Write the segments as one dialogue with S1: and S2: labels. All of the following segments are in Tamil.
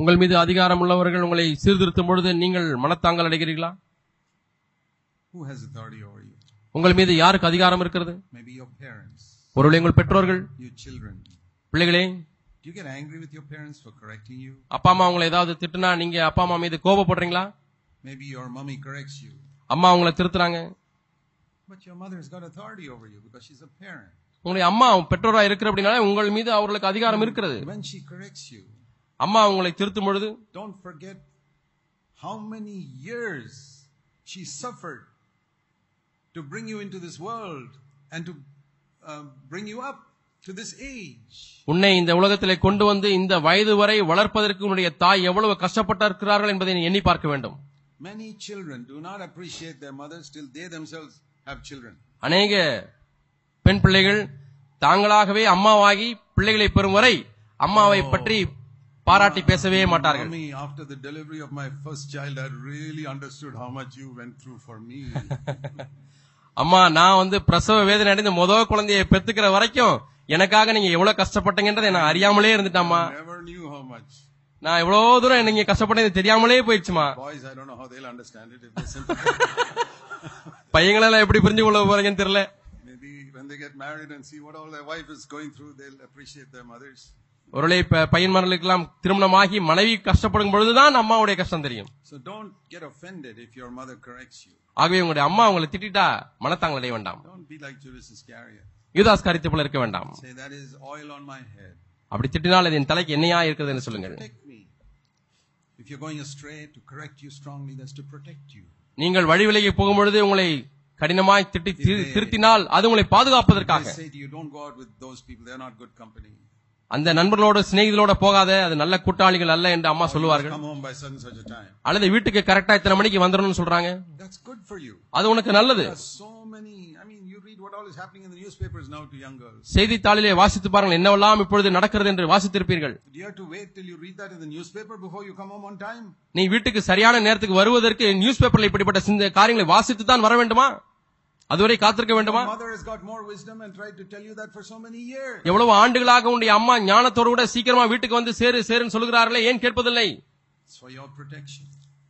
S1: உங்கள் மீது அதிகாரம் உள்ளவர்கள் உங்களை சீர்திருத்தும் பொழுது நீங்கள் மனத்தாங்கல் அடைகிறீர்களா
S2: Who has authority over you?
S1: உங்கள் மீது யாருக்கு அதிகாரம் இருக்கிறது
S2: Maybe your parents,
S1: ஒருவேளை உங்கள் பெற்றோர்கள்
S2: your children. Do
S1: பிள்ளைகளே
S2: you get angry with your parents for correcting you?
S1: அப்பா அம்மா உங்களை ஏதாவது திட்டுனா நீங்க அப்பா அம்மா மீது கோபப்படுறீங்களா
S2: Maybe your mommy corrects you.
S1: அம்மா உங்களை திருத்துறாங்க
S2: But your mother's got authority over you because she's a parent.
S1: உங்களுடைய அம்மா பெற்றோரா இருக்கிற அப்படின்னாலே உங்கள் மீது அவர்களுக்கு அதிகாரம் இருக்கிறது
S2: When she corrects you,
S1: அம்மா உங்களை திருத்தும் பொழுது
S2: don't forget how many years she suffered to bring you into this world and to uh, bring you up to this age.
S1: உன்னை இந்த உலகத்திலே கொண்டு வந்து இந்த வயது வரை வளர்ப்பதற்கு உன்னுடைய தாய் எவ்வளவு கஷ்டப்பட்டிருக்கிறார்கள் என்பதை நீ எண்ணி பார்க்க வேண்டும்
S2: Many children do not appreciate their mothers till they themselves have children.
S1: அநேக பெண் பிள்ளைகள் தாங்களாகவே அம்மாவாகி பிள்ளைகளை பெறும் வரை அம்மாவை பற்றி பாராட்டி பேசவே மாட்டார்கள்
S2: Mommy, after the delivery of my first child, I really understood how much you went through for me.
S1: அம்மா நான் வந்து பிரசவ வேதனை அடைந்து முதல் குழந்தையை பெத்துக்கிற வரைக்கும் எனக்காக நீங்க எவ்வளவு கஷ்டப்பட்டீங்கன்றதை நான் அறியாமலே இருந்துட்டேம்மா
S2: I never knew how much.
S1: நான் எவ்வளவு தூரம் நீங்க கஷ்டப்பட்டது தெரியாமலே போயிடுச்சுமா
S2: Boys, I don't know how they'll understand it if they sympathize.
S1: பையங்களெல்லாம் எப்படி புரிஞ்சு கொள்ள போறீங்கன்னு தெரியல
S2: Maybe when they get married and see what all their wife is going through, they'll appreciate their mothers.
S1: ஒருவேளை ப- பையன்மார்களுக்கெல்லாம் திருமணமாகி மனைவி கஷ்டப்படும் பொழுதுதான் அம்மாவுடைய கஷ்டம் தெரியும்
S2: So don't get offended if your mother corrects you.
S1: ஆகவே உங்களுடைய அம்மா உங்களை திட்டிட்டா மனத்தாங்கள் அடைய வேண்டாம்
S2: Don't be like Judas Iscariot.
S1: யூதாஸ் கரித்து போல இருக்க வேண்டாம்
S2: Say, that is oil on my head.
S1: அப்படி திட்டினால் அது என் தலைக்கு என்னையா இருக்கிறது என்று சொல்லுங்கள்
S2: Protect me. If you're going astray, to correct you strongly, that's to protect you.
S1: நீங்கள் வழி விலகி போகும் பொழுது உங்களை கடினமாய் திட்டி திரு- திருத்தினால் அது உங்களை பாதுகாப்பதற்காக
S2: I say to you, don't go out with those people. They're not good company.
S1: அந்த நண்பர்களோட சிநேகிதலோட போகாத அது நல்ல கூட்டாளிகள் அல்ல என்று அம்மா சொல்லுவார்கள்
S2: Come home by such and such a time.
S1: அல்லது வீட்டுக்கு கரெக்டா இத்தனை மணிக்கு வந்துடணும்னு சொல்றாங்க
S2: That's good for you.
S1: அது உனக்கு நல்லது
S2: There are so many. I mean, you read what all is happening in the newspapers now to young girls.
S1: செய்தித்தாளிலே வாசித்து பாருங்கள் என்னவெல்லாம் இப்பொழுது நடக்கிறது என்று வாசித்திருப்பீர்கள்
S2: Do you have to wait till you read that in the newspaper before you come home on time?
S1: நீ வீட்டுக்கு சரியான நேரத்துக்கு வருவதற்கு நியூஸ் பேப்பர்ல இப்படிப்பட்ட சிந்த காரியங்களை வாசித்து தான் வர வேண்டுமா அதுவரை காத்திருக்க வேண்டுமா
S2: Your mother has got more wisdom and tried to tell you that for so many years.
S1: எவ்வளவு ஆண்டுகளாக உன்னுடைய அம்மா ஞானத்தோடு கூட சீக்கிரமா வீட்டுக்கு வந்து சேரு சேருன்னு சொல்லுகிறார்களே ஏன் கேட்பதில்லை
S2: It's for your protection.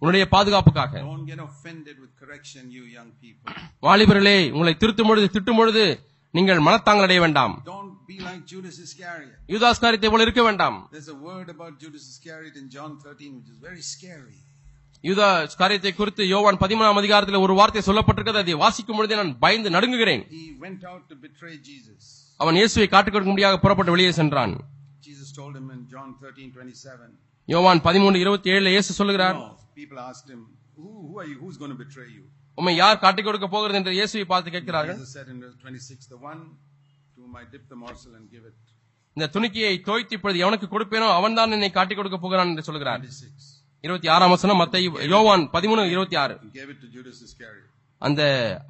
S1: உன்னுடைய பாதுகாப்புக்காக
S2: Don't get offended with correction, you young people.
S1: வாலிபர்களே உங்களை திருத்தும் பொழுது திட்டும் பொழுது நீங்கள் மனத்தாங்கள் அடைய வேண்டாம்
S2: Don't be like Judas Iscariot.
S1: யூதாஸ்காரியத்தை போல இருக்க வேண்டாம்
S2: There's a word about Judas Iscariot in John 13 which is very scary.
S1: யூதாஸ்காரியத்தை குறித்து யோவான் பதிமூணாம் அதிகாரத்தில் ஒரு வார்த்தை சொல்லப்பட்டிருக்கிறது அதை வாசிக்கும் பொழுதே நான் பயந்து நடுங்குகிறேன்
S2: He went out to betray Jesus.
S1: அவன் இயேசுவை காட்டுக் கொடுக்க முடியாத புறப்பட்டு வெளியே சென்றான்
S2: Jesus told him in John 13 27.
S1: யோவான் பதிமூன்று இருபத்தி ஏழுல இயேசு சொல்லுகிறார்
S2: No, people asked him, who, who are you? Who's going to betray you?
S1: உம்மை யார் காட்டிக் கொடுக்க போகிறது என்று இயேசுவை பார்த்து கேட்கிறார்கள்
S2: Jesus said in verse 26, The one to whom I dip the morsel and give it.
S1: இந்த துணிக்கையை தோய்த்து இப்பொழுது எவனுக்கு கொடுப்பேனோ அவன்தான் என்னை காட்டிக் கொடுக்க போகிறான் என்று சொல்கிறார்
S2: 26.
S1: இருபத்தி ஆறாம் வசனம் மத்தை யோவான் பதிமூணு இருபத்தி ஆறு
S2: And gave it to Judas Iscariot.
S1: அந்த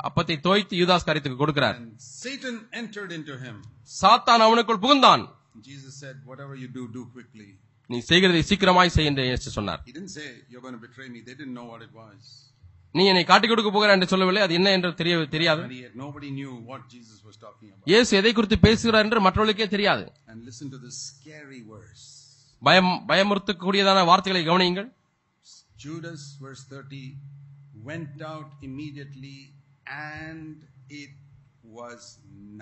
S1: அப்பத்தை தோய்த்து யூதாஸ் காரியத்துக்கு கொடுக்கிறார்
S2: And Satan entered into him.
S1: சாத்தான் அவனுக்குள் புகுந்தான்
S2: And Jesus said, Whatever you do, do quickly.
S1: நீ செய்கிறதை சீக்கிரமாய் செய் என்று இயேசு சொன்னார்
S2: He didn't say, You're going to betray me. They didn't know what it was.
S1: நீ என்னை காட்டிக் கொடுக்க போகிறாய் என்று சொல்லவில்லை அது என்ன என்று தெரிய தெரியாது
S2: And yet nobody knew what Jesus was talking about.
S1: இயேசு எதை குறித்து பேசுகிறார் என்று மற்றவர்களுக்கே தெரியாது
S2: And listen to this scary verse.
S1: பயம் பயமுறுத்தக்கூடியதான வார்த்தைகளை கவனியுங்கள்
S2: Judas, verse 30, went out immediately and it was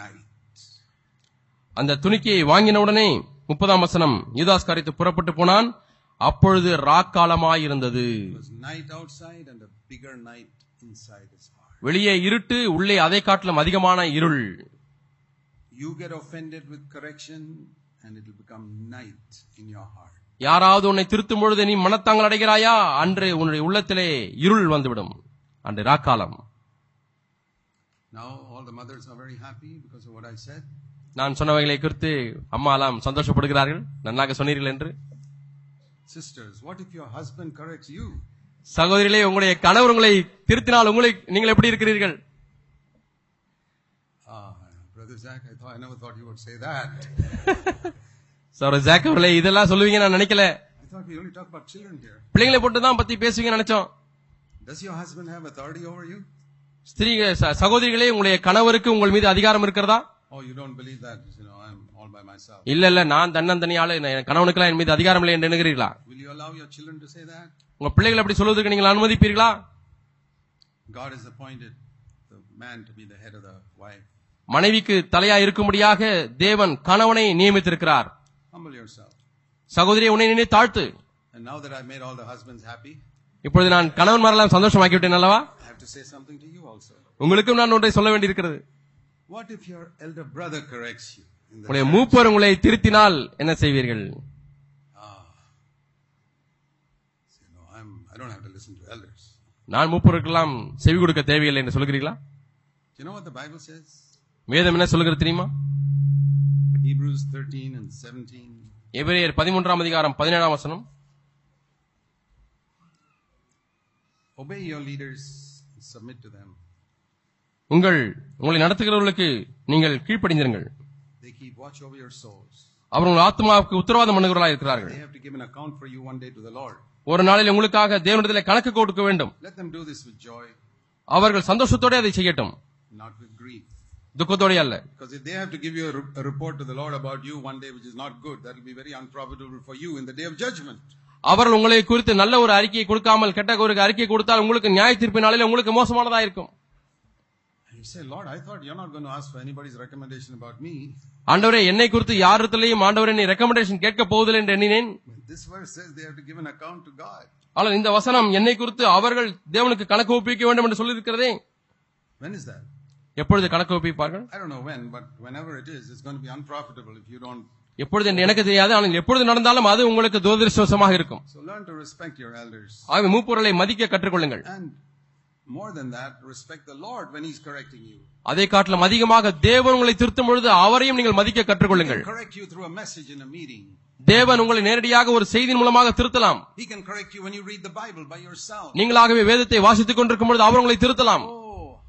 S2: night.
S1: அந்த துணிக்கையை வாங்கின உடனே முப்பதாம் வசனம் யூதாஸ் காரியத்து புறப்பட்டு போனான் அப்பொழுது ராக்காலமாயிருந்தது
S2: It was night outside and a bigger night inside his heart.
S1: வெளியே இருட்டு உள்ளே அதை காட்டிலும் அதிகமான இருள்
S2: You get offended with correction and it'll become night in your heart.
S1: யாராவது உன்னை திருத்தும் பொழுது நீ மனத்தாங்கள் அடைகிறாயா அன்று உன்னுடைய உள்ளத்திலே இருள் வந்துவிடும் அன்று ராக்காலம்
S2: Now all the mothers are very happy because of what I said.
S1: நான் சொன்னவைகளை குறித்து அம்மா எல்லாம் சந்தோஷப்படுகிறார்கள் நன்றாக சொன்னீர்கள் என்று
S2: Sisters, what if your husband corrects you?
S1: சகோதரிகளே உங்களுடைய கணவர் உங்களை திருத்தினால் உங்களை நீங்கள் எப்படி இருக்கிறீர்கள்
S2: Ah, Brother Zach, I thought I never thought you would say that.
S1: Sir Jack அவர்களே இதெல்லாம் சொல்லுவீங்க நான் நினைக்கல
S2: I thought we only talk about children here.
S1: பிள்ளைங்களை போட்டு தான் பத்தி பேசுவீங்க நினைச்சோம்
S2: Does your husband have authority over you?
S1: ஸ்திரீ ச- சகோதரிகளே உங்களுடைய கணவருக்கு உங்கள் மீது அதிகாரம் இருக்கிறதா
S2: Oh, you don't believe that, you know, I'm all by myself.
S1: இல்ல இல்ல நான் தன்னந்தனியால என் கணவனுக்கெல்லாம் என் மீது அதிகாரம் இல்லை என்று எண்ணுகிறீர்களா
S2: Will you you allow your children to say that?
S1: உங்க பிள்ளைகள் அப்படி சொல்வதற்கு நீங்கள் அனுமதிப்பீர்களா
S2: God has appointed the man to be the head of the wife.
S1: மனைவிக்கு தலையா இருக்கும்படியாக தேவன் கணவனை நியமித்திருக்கிறார்
S2: Humble yourself.
S1: சகோதரியை உன்னை நினை தாழ்த்து
S2: And now that I've made all the husbands happy,
S1: இப்பொழுது நான் கணவன்மாரெல்லாம் சந்தோஷமாக்கிவிட்டேன் அல்லவா
S2: I have to say something to you also.
S1: உங்களுக்கும் நான் ஒன்றை சொல்ல வேண்டியிருக்கிறது
S2: What if your elder brother corrects you? In the
S1: உங்களுடைய மூப்பர் உங்களை திருத்தினால் என்ன செய்வீர்கள்
S2: ah. Say, no, I'm, I don't have to listen to elders.
S1: நான் மூப்பருக்கெல்லாம் செவி கொடுக்க தேவையில்லை என்று சொல்கிறீர்களா
S2: Do you know what the Bible says?
S1: வேதம் என்ன சொல்கிறது தெரியுமா
S2: Hebrews 13 and 17.
S1: எபிரேயர் பதிமூன்றாம் அதிகாரம் பதினேழாம் வசனம்
S2: Obey your leaders and submit to them.
S1: உங்கள் உங்களை நடத்துகிறவர்களுக்கு நீங்கள் கீழ்ப்படிந்திருங்கள்
S2: They keep watch over your souls.
S1: அவர் உங்கள் ஆத்மாவுக்கு உத்தரவாதம் பண்ணுகிறவர்களாக இருக்கிறார்கள்
S2: They have to give an account for you one day to the Lord.
S1: ஒரு நாளில் உங்களுக்காக தேவனிடத்தில் கணக்கு கொடுக்க வேண்டும்
S2: Let them do this with joy,
S1: அவர்கள் சந்தோஷத்தோட அதை செய்யட்டும்
S2: not with grief.
S1: துக்கத்தோடே அல்ல
S2: Because if they have to give you a, re- a report to the Lord about you one day, which is not good, that will be very unprofitable for you in the day of judgment.
S1: அவர்கள் உங்களை குறித்து நல்ல ஒரு அறிக்கையை கொடுக்காமல் கெட்ட ஒரு அறிக்கையை கொடுத்தால் உங்களுக்கு நியாய தீர்ப்பு நாளில் உங்களுக்கு மோசமானதா இருக்கும்
S2: And you say, Lord, I thought you're not going to ask for anybody's recommendation about me.
S1: ஆண்டவரே என்னை குறித்து யாரிடத்திலையும் ஆண்டவரே நீ ரெக்கமெண்டேஷன் கேட்க போவதில்லை என்று எண்ணினேன்
S2: But this verse says they have to give an account to God.
S1: ஆனால் இந்த வசனம் என்னை குறித்து அவர்கள் தேவனுக்கு கணக்கு ஒப்பிக்க வேண்டும் என்று சொல்லியிருக்கிறதே
S2: When is that?
S1: எப்பொழுது கணக்கு ஒப்பிப்பார்கள்
S2: I don't know when, but whenever it is, it's going to be unprofitable if you don't.
S1: எப்பொழுது என்று எனக்கு தெரியாது ஆனால் எப்பொழுது நடந்தாலும் அது உங்களுக்கு துரதிருஷ்டவசமாக இருக்கும்
S2: So learn to respect your elders.
S1: ஆகவே மூப்பொருளை மதிக்க கற்றுக்கொள்ளுங்கள்
S2: And more than that, respect the Lord when He's correcting you.
S1: அதை காட்டிலும் அதிகமாக தேவன் உங்களை திருத்தும் பொழுது அவரையும் நீங்கள் மதிக்க
S2: He
S1: கற்றுக்கொள்ளுங்கள்
S2: can correct you through a message in a meeting.
S1: தேவன் உங்களை நேரடியாக ஒரு செய்தியின் மூலமாக திருத்தலாம்
S2: He can correct you when you read the Bible by yourself.
S1: நீங்களாகவே வேதத்தை வாசித்துக் கொண்டிருக்கும் பொழுது அவர் உங்களை திருத்தலாம்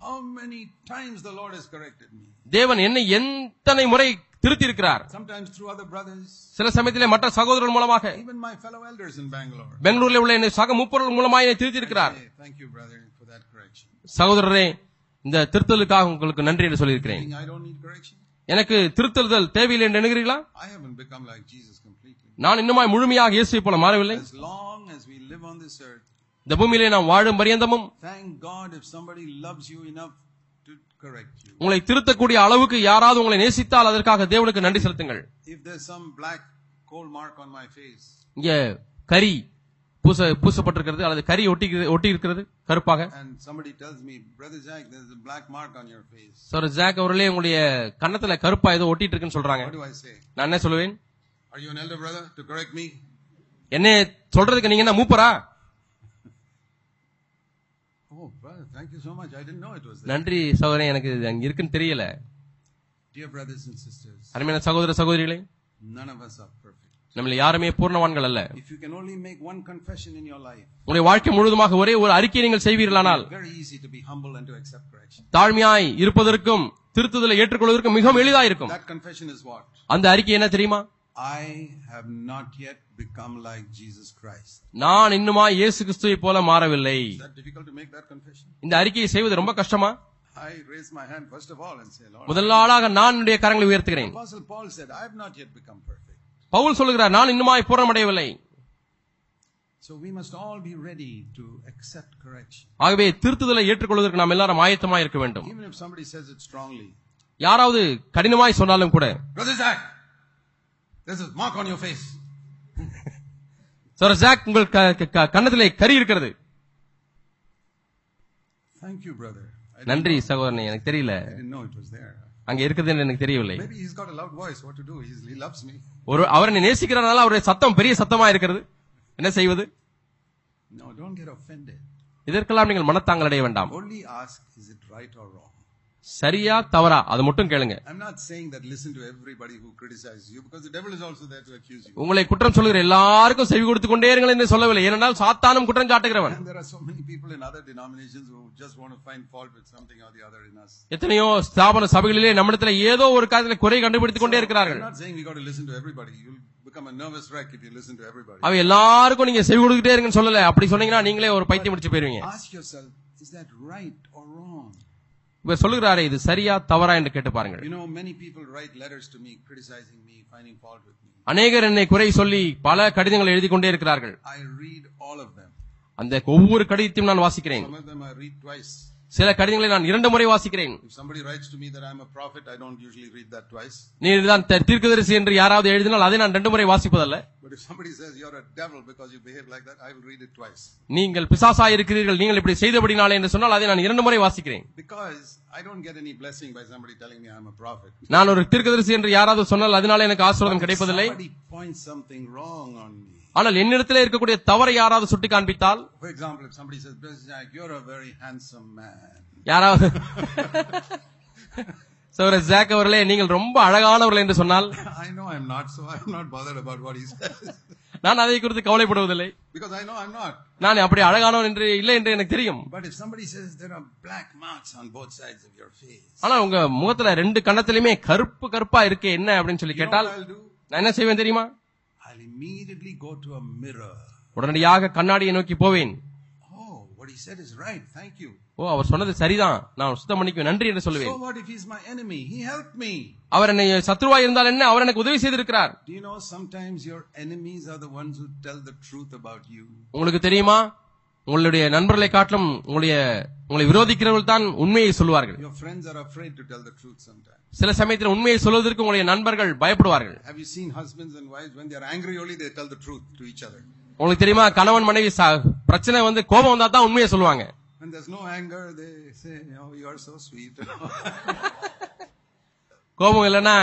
S2: Oh, how many times the Lord has corrected me.
S1: தேவன் என்னை எத்தனை முறை திருத்தி இருக்கிறார்
S2: Sometimes through other brothers,
S1: சில சமயத்திலே மற்ற சகோதரர்கள் மூலமாக
S2: even my fellow elders in Bangalore.
S1: பெங்களூரில் உள்ள என்னை சக மூப்பொருள் மூலமாக என்னை திருத்தி இருக்கிறார்
S2: Hey, thank you, brother, for that correction.
S1: சகோதரரே இந்த திருத்தலுக்காக உங்களுக்கு நன்றி என்று சொல்லியிருக்கிறேன்
S2: Think I don't need correction?
S1: எனக்கு திருத்தலுதல் தேவையில்லை என்று நினைக்கிறீர்களா
S2: I haven't become like Jesus completely.
S1: நான் இன்னுமாய் முழுமையாக இயேசுவை போல மாறவில்லை
S2: As long as we live on this earth,
S1: இந்த பூமியிலே நாம் வாழும் பரியந்தமும்
S2: thank God if somebody loves you enough to correct you.
S1: உங்களை திருத்தக்கூடிய அளவுக்கு யாராவது உங்களை நேசித்தால் அதற்காக தேவனுக்கு நன்றி செலுத்துங்கள்
S2: If there's some black coal mark on my face
S1: இங்க கரி பூச பூசப்பட்டிருக்கிறது அல்லது கரி ஒட்டி ஒட்டி இருக்கிறது கருப்பாக
S2: and somebody tells me, Brother Jack, there's a black mark on your face,
S1: sir Jack அவர்களே உங்களுடைய கன்னத்துல கருப்பா ஏதோ ஒட்டிட்டு இருக்குன்னு சொல்றாங்க
S2: what do I say?
S1: நான் என்ன சொல்லுவேன்
S2: Are you an elder brother to correct me?
S1: என்ன சொல்றதுக்கு நீங்க என்ன மூப்பரா
S2: Oh, brother, thank you so much. I didn't know it was there.
S1: நன்றி சகோதரன் எனக்கு இது அங்க இருக்குன்னு தெரியல
S2: Dear brothers and sisters,
S1: அருமையான சகோதர சகோதரிகளே
S2: none of us are perfect.
S1: நம்மள யாருமே பூர்ணவான்கள் அல்ல
S2: If you can only make one confession in your life,
S1: உங்களுடைய வாழ்க்கை முழுவதுமாக ஒரே ஒரு அறிக்கையை நீங்கள் செய்வீர்களானால்
S2: it's very easy to be humble and to accept correction.
S1: தாழ்மையாய் இருப்பதற்கும் திருத்துதலை ஏற்றுக்கொள்வதற்கும் மிகவும் எளிதாயிருக்கும்
S2: That confession is what?
S1: அந்த அறிக்கை என்ன தெரியுமா
S2: I have not yet become like Jesus Christ.
S1: நான் இன்னுமா இயேசு கிறிஸ்துவை போல மாறவில்லை
S2: Is that difficult to make that confession?
S1: இந்த அறிக்கையை செய்வது ரொம்ப கஷ்டமா
S2: I raise my hand first of all and say, Lord,
S1: முதல் ஆளாக நான் என்னுடைய கரங்களை உயர்த்துகிறேன்
S2: Apostle Paul said, I have not yet become perfect.
S1: Pavul சொல்லுகிறார் நான் இன்னுமாய் பூரணமடையவில்லை
S2: So we must all be ready to accept correction.
S1: ஆகவே திருத்துதலை ஏற்றுக்கொள்வதற்கு நாம் எல்லாரும் ஆயத்தமாய் இருக்க வேண்டும்
S2: Even if somebody says it strongly.
S1: யாராவது கடினமாய் சொன்னாலும் கூட
S2: Brother Zach, there's a mark on your face.
S1: Sir Jack உங்கள் க- க- க- கன்னத்திலே கறி இருக்கிறது
S2: Thank you, brother. I didn't,
S1: நன்றி சகோதரனே எனக்கு தெரியல
S2: I didn't know it was there.
S1: அங்க இருக்குதுன்னு எனக்கு தெரியவில்லை
S2: Maybe he's got a loud voice. What to do? He's, he loves me.
S1: ஒரு அவர் என்னை நேசிக்கிறனால அவருடைய சத்தம் பெரிய சத்தமா இருக்கிறது என்ன செய்வது
S2: No, don't get offended.
S1: இதற்கெல்லாம் நீங்கள் மனத்தாங்கள் அடைய வேண்டாம்
S2: Only ask, is it right or wrong?
S1: சரியா தவறா அது மட்டும் கேளுங்க
S2: I'm not saying that listen to everybody who criticizes you because the devil is also there to accuse you.
S1: உங்களை குற்றம் சொல்லுகிற எல்லாருக்கும் செவி கொடுத்து கொண்டே இருங்கள் என்று சொல்லவில்லை ஏனென்றால் சாத்தானும் குற்றம் சாட்டுகிறவன்
S2: And there are so many people in other denominations who just want to find fault with something or the other in us.
S1: எத்தனையோ ஸ்தாபன சபைகளிலே நம்மிடத்துல ஏதோ ஒரு காரியத்தில் குறை கண்டுபிடித்துக் கொண்டே
S2: I'm
S1: இருக்கிறார்கள்
S2: not saying we got to listen to everybody. You'll become a nervous wreck if you listen to everybody.
S1: அவ எல்லாருக்கும் நீங்க செவி கொடுத்துட்டே இருங்கன்னு சொல்லல அப்படி சொன்னீங்கன்னா நீங்களே ஒரு பைத்தியம் முடிச்சு போயிருவீங்க
S2: Ask yourself, is that right or wrong?
S1: இவர் சொல்லுகிறாரே இது சரியா தவறா என்று கேட்டு பாருங்கள்
S2: You know, many people write letters to me criticizing me, finding fault with me.
S1: அநேகர் என்னை குறை சொல்லி பல கடிதங்களை எழுதி கொண்டே இருக்கிறார்கள்
S2: I read all of them.
S1: அந்த ஒவ்வொரு கடிதத்தையும் நான் வாசிக்கிறேன்
S2: Some of them I read twice.
S1: சில கடிதங்களை நான் இரண்டு முறை வாசிக்கிறேன்
S2: If somebody writes to me that I'm a prophet, I don't usually read that twice.
S1: நீர் தான் த- தீர்க்கதரிசி என்று யாராவது எழுதினால் அதை நான் ரெண்டு முறை வாசிப்பதல்ல
S2: But if somebody says you're a devil because you behave like that, I will read it twice.
S1: நீங்கள் பிசாசா இருக்கிறீர்கள் நீங்கள் இப்படி செய்தபடினாலே என்று சொன்னால் அதை நான் இரண்டு முறை வாசிக்கிறேன்
S2: Because I don't get any blessing by somebody telling me I'm a prophet.
S1: நான் ஒரு தீர்க்கதரிசி என்று யாராவது சொன்னால் அதனால எனக்கு ஆசீர்வாதம் கிடைப்பதில்லை
S2: Somebody points something wrong on me.
S1: ஆனால் என்னிடத்திலே இருக்கக்கூடிய தவறை யாராவது சுட்டி காண்பித்தால்
S2: For example, if somebody says, Brother Jack, you're a very handsome man.
S1: யாராவது சோர ஜாக் அவர்களே நீங்கள் ரொம்ப அழகானவர்கள் என்று சொன்னால்
S2: I know I'm not, so I'm not bothered about what he says.
S1: நான் அதை குறித்து கவலைப்படுவதில்லை
S2: because I know I'm not.
S1: நான் அப்படி அழகானவன் என்று இல்லை என்று எனக்கு தெரியும்
S2: But if somebody says there are black marks on both sides of your face,
S1: ஆனா உங்க முகத்துல ரெண்டு கண்ணத்திலுமே கருப்பு கருப்பா இருக்கு என்ன அப்படின்னு சொல்லி
S2: you know
S1: கேட்டால்
S2: what I'll do?
S1: நான் என்ன செய்வேன் தெரியுமா
S2: I'll immediately go to a mirror.
S1: உடனடியாக கண்ணாடியை நோக்கி போவேன்
S2: Oh, what he said is right. Thank you.
S1: ஓ அவர் சொன்னது சரிதான் நான் சுத்தம் பண்ணிக்குவேன் நன்றி என்று சொல்லுவேன்
S2: So what if he's my enemy? He helped me.
S1: அவர் என்னை சத்ருவா இருந்தால் என்ன அவர் எனக்கு உதவி செய்திருக்கிறார்
S2: Do you know sometimes your enemies are the ones who tell the truth about you?
S1: உங்களுக்கு தெரியுமா உங்களுடைய நண்பர்களை காட்டிலும் உங்களுடைய உங்களை விரோதிக்கிறவர்கள் தான் உண்மையை சொல்லுவார்கள்
S2: Your friends are afraid to tell the truth sometimes.
S1: சில சமயத்தில் உண்மையை சொல்வதற்கு உங்களுடைய நண்பர்கள் பயப்படுவார்கள்
S2: Have you seen husbands and wives when they're angry only they tell the truth to each other?
S1: உங்களுக்கு தெரியுமா கணவன் மனைவி ச- பிரச்சனை வந்து கோபம் வந்தா தான் உண்மையை சொல்லுவாங்க
S2: When there's no anger, they say, Oh, you're so sweet.
S1: கோபம் இல்லைன்னா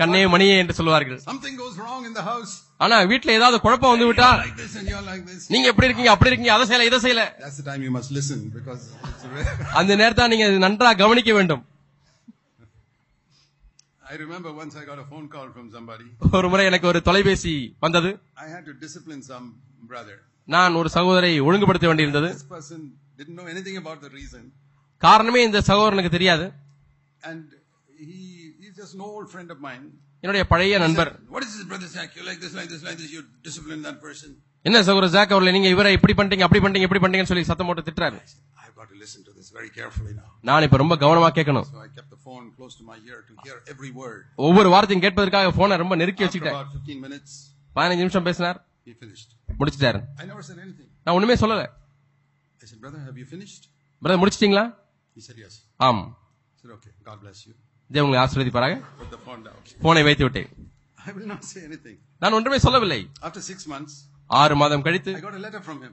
S1: கண்ணே மணியே என்று சொல்லுவார்கள்
S2: Something goes wrong in the house.
S1: ஆனா வீட்டுல ஏதாவது குழப்பம் வந்து விட்டா
S2: You're like this and you're like this.
S1: நீங்க எப்படி இருக்கீங்க அப்படி இருக்கீங்க அதை செய்யல இதை செய்யல
S2: That's the time you must listen because it's rare.
S1: அந்த நேரத்தை நீங்க நன்றா கவனிக்க வேண்டும்
S2: I remember once I got a phone call from somebody.
S1: ஒரு முறை எனக்கு ஒரு தொலைபேசி வந்தது
S2: I had to discipline some brother.
S1: நான் ஒரு சகோதரை ஒழுங்குபடுத்த வேண்டியிருந்தது
S2: This person didn't know anything about the reason.
S1: காரணமே இந்த சகோதரனுக்கு தெரியாது
S2: And he, he's just an old friend of mine.
S1: என்னுடைய பழைய நண்பர்
S2: What is this, brother Zach? You're like this, like this, like this. You discipline that person.
S1: என்ன சகோதர ஜாக் அவர்களை நீங்க இவரை இப்படி பண்றீங்க அப்படி பண்றீங்க இப்படி பண்றீங்கன்னு சொல்லி சத்தம் போட்டு திட்டுறாரு
S2: I said, I've got to listen to this very carefully now.
S1: நான் இப்ப ரொம்ப கவனமா கேட்கணும்
S2: So I kept the phone close to my ear to hear every word.
S1: ஒவ்வொரு வார்த்தையும் கேட்பதற்காக போனை ரொம்ப நெருக்கி
S2: After
S1: வச்சுக்கிட்டேன்
S2: about 15 minutes,
S1: பதினஞ்சு நிமிஷம் பேசினார்
S2: he finished.
S1: முடிச்சிட்டாரு
S2: I never said anything.
S1: நான் ஒண்ணுமே சொல்லல
S2: I said, brother, have you finished?
S1: Brother முடிச்சிட்டீங்களா
S2: He said, yes.
S1: ஆம்
S2: I said, okay, God bless you.
S1: தேவ உங்களை ஆசீர்வதிப்பாராக
S2: Put the phone down.
S1: போனை வைத்து விட்டேன்
S2: I will not say anything.
S1: நான் ஒன்றுமே சொல்லவில்லை
S2: After six months,
S1: ஆறு மாதம் கழித்து
S2: I got a letter from him.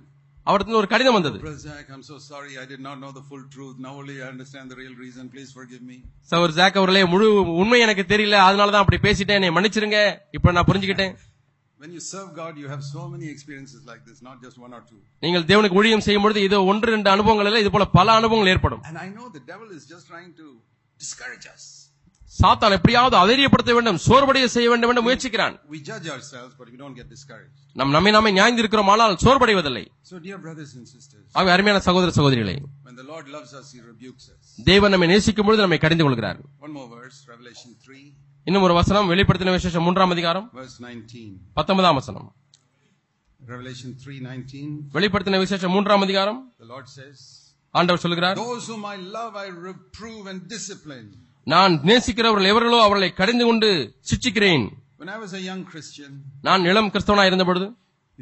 S1: அவருக்கு ஒரு கடிதம் வந்தது
S2: Brother Zach, I'm so sorry. I did not know the full truth. Now only I understand the real reason. Please forgive me.
S1: Sir Jack அவர்களே முழு உண்மை எனக்கு தெரியல அதனால தான் அப்படி பேசிட்டேன் என்னை மன்னிச்சிருங்க இப்ப நான் புரிஞ்சுக்கிட்டேன்
S2: When you serve God, you have so many experiences like this, not just one or two.
S1: நீங்கள் தேவனுக்கு ஊழியம் செய்யும் பொழுது இது ஒன்று ரெண்டு அனுபவங்கள் இல்லை இது போல பல அனுபவங்கள் ஏற்படும்
S2: And I know the devil is just trying to discourage us.
S1: சாத்தான் எப்படியாவது அதரியப்படுத்த வேண்டும் சோர்வடைய செய்ய வேண்டும் என்று முயற்சிக்கிறான்
S2: We judge ourselves, but we don't get discouraged.
S1: நம் நம்மை நாமே நியாய்ந்திருக்கிறோம் ஆனால் சோர்வடைவதில்லை
S2: So, dear brothers and sisters,
S1: ஆகவே அருமையான சகோதர சகோதரிகளே
S2: when the Lord loves us, He rebukes us.
S1: தேவன் நம்மை நேசிக்கும் பொழுது நம்மை கடிந்து கொள்கிறார்
S2: One more verse, Revelation 3,
S1: இன்னும் ஒரு வசனம் வெளிப்படுத்தின விசேஷம் மூன்றாம் அதிகாரம்
S2: verse 19.
S1: பத்தொன்பதாம் வசனம்
S2: Revelation 3 19.
S1: வெளிப்படுத்தின விசேஷம் மூன்றாம் அதிகாரம்
S2: The Lord says,
S1: ஆண்டவர் சொல்கிறார்
S2: Those whom I love, I reprove and discipline.
S1: நான் நேசிக்கிறவர்கள் எவர்களோ அவர்களை கடிந்து கொண்டு சிட்சிக்கிறேன்
S2: When I was a young Christian,
S1: நான் இளம் கிறிஸ்தவனா இருந்த பொழுது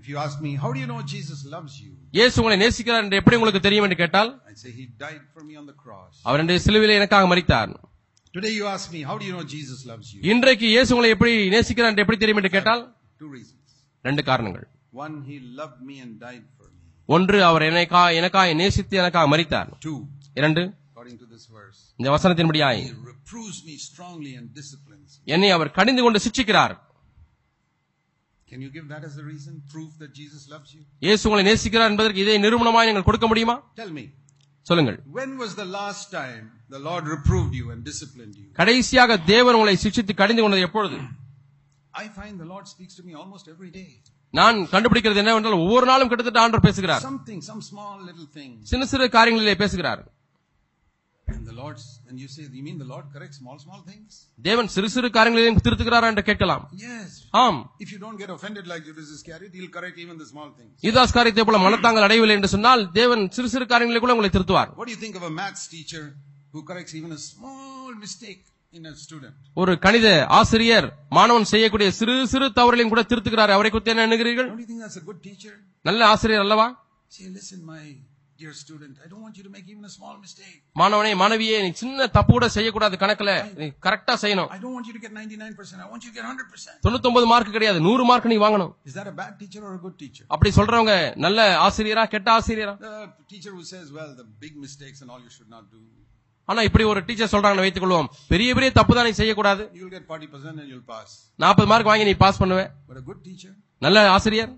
S2: if you ask me, How do you know Jesus loves you?
S1: இயேசு உங்களை நேசிக்கிறார் என்று எப்படி உங்களுக்கு தெரியும் என்று கேட்டால்
S2: I'd say, He died for me on the cross.
S1: அவர் இன்றைய சிலுவையிலே எனக்காக மறித்தார்
S2: Today you ask me, How do you know Jesus loves you?
S1: இன்றைக்கு இயேசு உங்களை எப்படி நேசிக்கிறார் என்று எப்படி தெரியும் என்று கேட்டால்
S2: Two reasons.
S1: ரெண்டு காரணங்கள்
S2: One, He loved me and died for me.
S1: ஒன்று அவர் எனக்கா எனக்காக நேசித்து எனக்காக மறித்தார்
S2: Two,
S1: இரண்டு
S2: according to this verse,
S1: இந்த வசனத்தின்படியாய்
S2: He reproves me strongly and disciplines. me.
S1: என்னை அவர் கடிந்து கொண்டு சிட்சிக்கிறார்
S2: Can you give that as a reason? Proof that Jesus loves you?
S1: இயேசு உங்களை நேசிக்கிறார் என்பதற்கு இதே நிறுவனமாய் நீங்கள் கொடுக்க முடியுமா
S2: Tell me,
S1: சொல்லுங்கள்
S2: when was the last time the Lord reproved you and disciplined you?
S1: கடைசியாக தேவன் உங்களை சிட்சித்து கடிந்து கொண்டது எப்பொழுது
S2: I find the Lord speaks to me almost every day.
S1: நான் கண்டுபிடிக்கிறது என்னவென்றால் ஒவ்வொரு நாளும் கிட்டத்தட்ட ஆண்டவர் பேசுகிறார்
S2: Something, some small little thing.
S1: சின்ன சிறு காரியங்களிலே பேசுகிறார்
S2: And the Lord's, and you say, you mean the Lord corrects small, small things?
S1: தேவன் சிறு சிறு காரியங்களையும் திருத்துகிறாரா என்று கேட்கலாம்
S2: Yes.
S1: ஆம்
S2: If you don't get offended like Judas Iscariot, He'll correct even the small things.
S1: யூதாஸ் காரியத்தை போல மனத்தாங்கள் அடையவில்லை என்று சொன்னால் தேவன் சிறு சிறு காரியங்களை கூட உங்களை திருத்துவார்
S2: What do you think of a maths teacher who corrects even a small mistake in a student.
S1: ஒரு கணித ஆசிரியர் மாணவன் செய்யக்கூடிய சிறு சிறு தவறுகளையும் கூட திருத்துகிறார் அவரை குறித்து என்ன எண்ணுகிறீர்கள்
S2: Don't you think that's a good teacher?
S1: நல்ல ஆசிரியர் அல்லவா
S2: Say, listen, my dear student, I don't want you to make even a small mistake.
S1: மாணவனே மாணவியே நீ சின்ன தப்பு கூட செய்யக்கூடாது கணக்குல நீ கரெக்டா செய்யணும்
S2: I don't want you to get 99%. I want you to get 100%.
S1: தொண்ணூத்தொன்பது மார்க் கிடையாது நூறு மார்க் நீ வாங்கணும்
S2: Is that a bad teacher or a good teacher?
S1: அப்படி சொல்றவங்க நல்ல ஆசிரியரா கெட்ட ஆசிரியரா
S2: The teacher who says, well, the big mistakes and all you should not do.
S1: ஆனா இப்படி ஒரு டீச்சர் சொல்றாங்கன்னு வைத்துக் கொள்வோம் பெரிய பெரிய தப்பு தான் நீ செய்யக்கூடாது
S2: You'll get 40% and you'll pass.
S1: நாற்பது மார்க் வாங்கி நீ பாஸ் பண்ணுவ
S2: But a good teacher,
S1: நல்ல ஆசிரியர்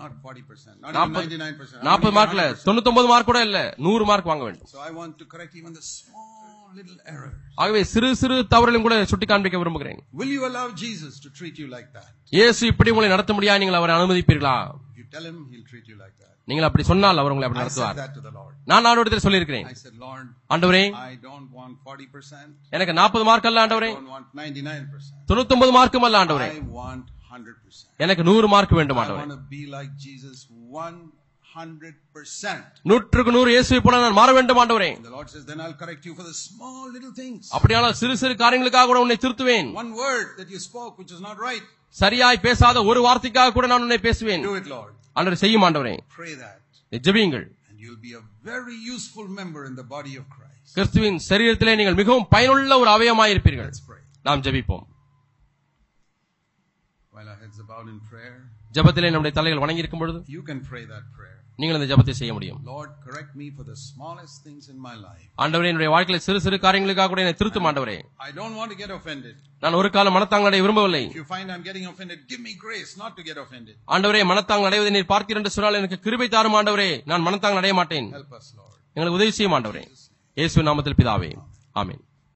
S2: not 40%, not
S1: நாற்பது
S2: even 99%. I want you
S1: நாற்பது
S2: to get
S1: மார்க்ல
S2: 100%.
S1: தொண்ணூத்தொன்பது மார்க் கூட இல்ல நூறு மார்க் வாங்க வேண்டும்
S2: So I want to correct even the small little error.
S1: ஆகவே சிறு சிறு தவறுகளையும் கூட சுட்டி காண்பிக்க விரும்புகிறேன்
S2: Will you allow Jesus to treat you like that?
S1: இயேசு இப்படி உங்களை நடத்த முடியாது நீங்கள் அவரை அனுமதிப்பீர்களா
S2: If you tell him, he'll treat you like that.
S1: நீங்கள் அப்படி சொன்னால் அவர் உங்களை அப்படி
S2: I said
S1: நடத்துவார்
S2: that to the Lord.
S1: நான் ஆண்டவரத்தில் சொல்லியிருக்கிறேன்
S2: I said, Lord,
S1: ஆண்டவரே
S2: I don't want 40%.
S1: எனக்கு நாற்பது மார்க் அல்ல ஆண்டவரே
S2: I don't want 99%.
S1: தொண்ணூத்தொன்பது மார்க்கும் அல்ல ஆண்டவரே
S2: I want 100%.
S1: எனக்கு நூறு மார்க் வேண்டும்
S2: I
S1: ஆண்டவரே
S2: want to be like Jesus 100%.
S1: நூற்றுக்கு நூறு இயேசுவை போல நான் மாற வேண்டும் ஆண்டவரே
S2: And the Lord says, then I'll correct you for the small little things.
S1: அப்படியானால் சிறு சிறு காரியங்களுக்காக கூட உன்னை திருத்துவேன்
S2: One word that you spoke which is not right.
S1: சரியாய் பேசாத ஒரு வார்த்தைக்காக கூட நான் உன்னை பேசுவேன்
S2: Do it, Lord.
S1: ஆண்டவர் செய்யும் ஆண்டவரே
S2: Pray that.
S1: இதை ஜெபியுங்கள்
S2: And you'll be a very useful member in the body of Christ.
S1: கிறிஸ்துவின் சரீரத்திலே நீங்கள் மிகவும் பயனுள்ள ஒரு அவயமாயிருப்பீர்கள்
S2: Let's pray.
S1: நாம் ஜெபிப்போம்
S2: While our heads are bowed in prayer,
S1: ஜெபத்திலே நம்முடைய தலைகள் வணங்கி இருக்கும் பொழுது
S2: you can pray that prayer.
S1: நீங்கள் இந்த ஜெபத்தை செய்ய முடியும்
S2: Lord, correct me for the smallest things in my life.
S1: ஆண்டவரே என்னுடைய வாழ்க்கையில சிறு சிறு காரியங்களுக்காக கூட என்னை திருத்தும் ஆண்டவரே
S2: I don't want to get offended.
S1: நான் ஒரு காலம் மனத்தாங்களை விரும்பவில்லை
S2: If you find I'm getting offended, give me grace not to get offended.
S1: ஆண்டவரே மனத்தாங்கள் அடைவதை நீர் பார்த்தீர் என்று சொன்னால் எனக்கு கிருபை தாரும் ஆண்டவரே நான் மனத்தாங்கள் அடைய மாட்டேன்
S2: Help us, Lord.
S1: எங்களுக்கு உதவி செய்யும் ஆண்டவரே இயேசு நாமத்தில் பிதாவே ஆமென்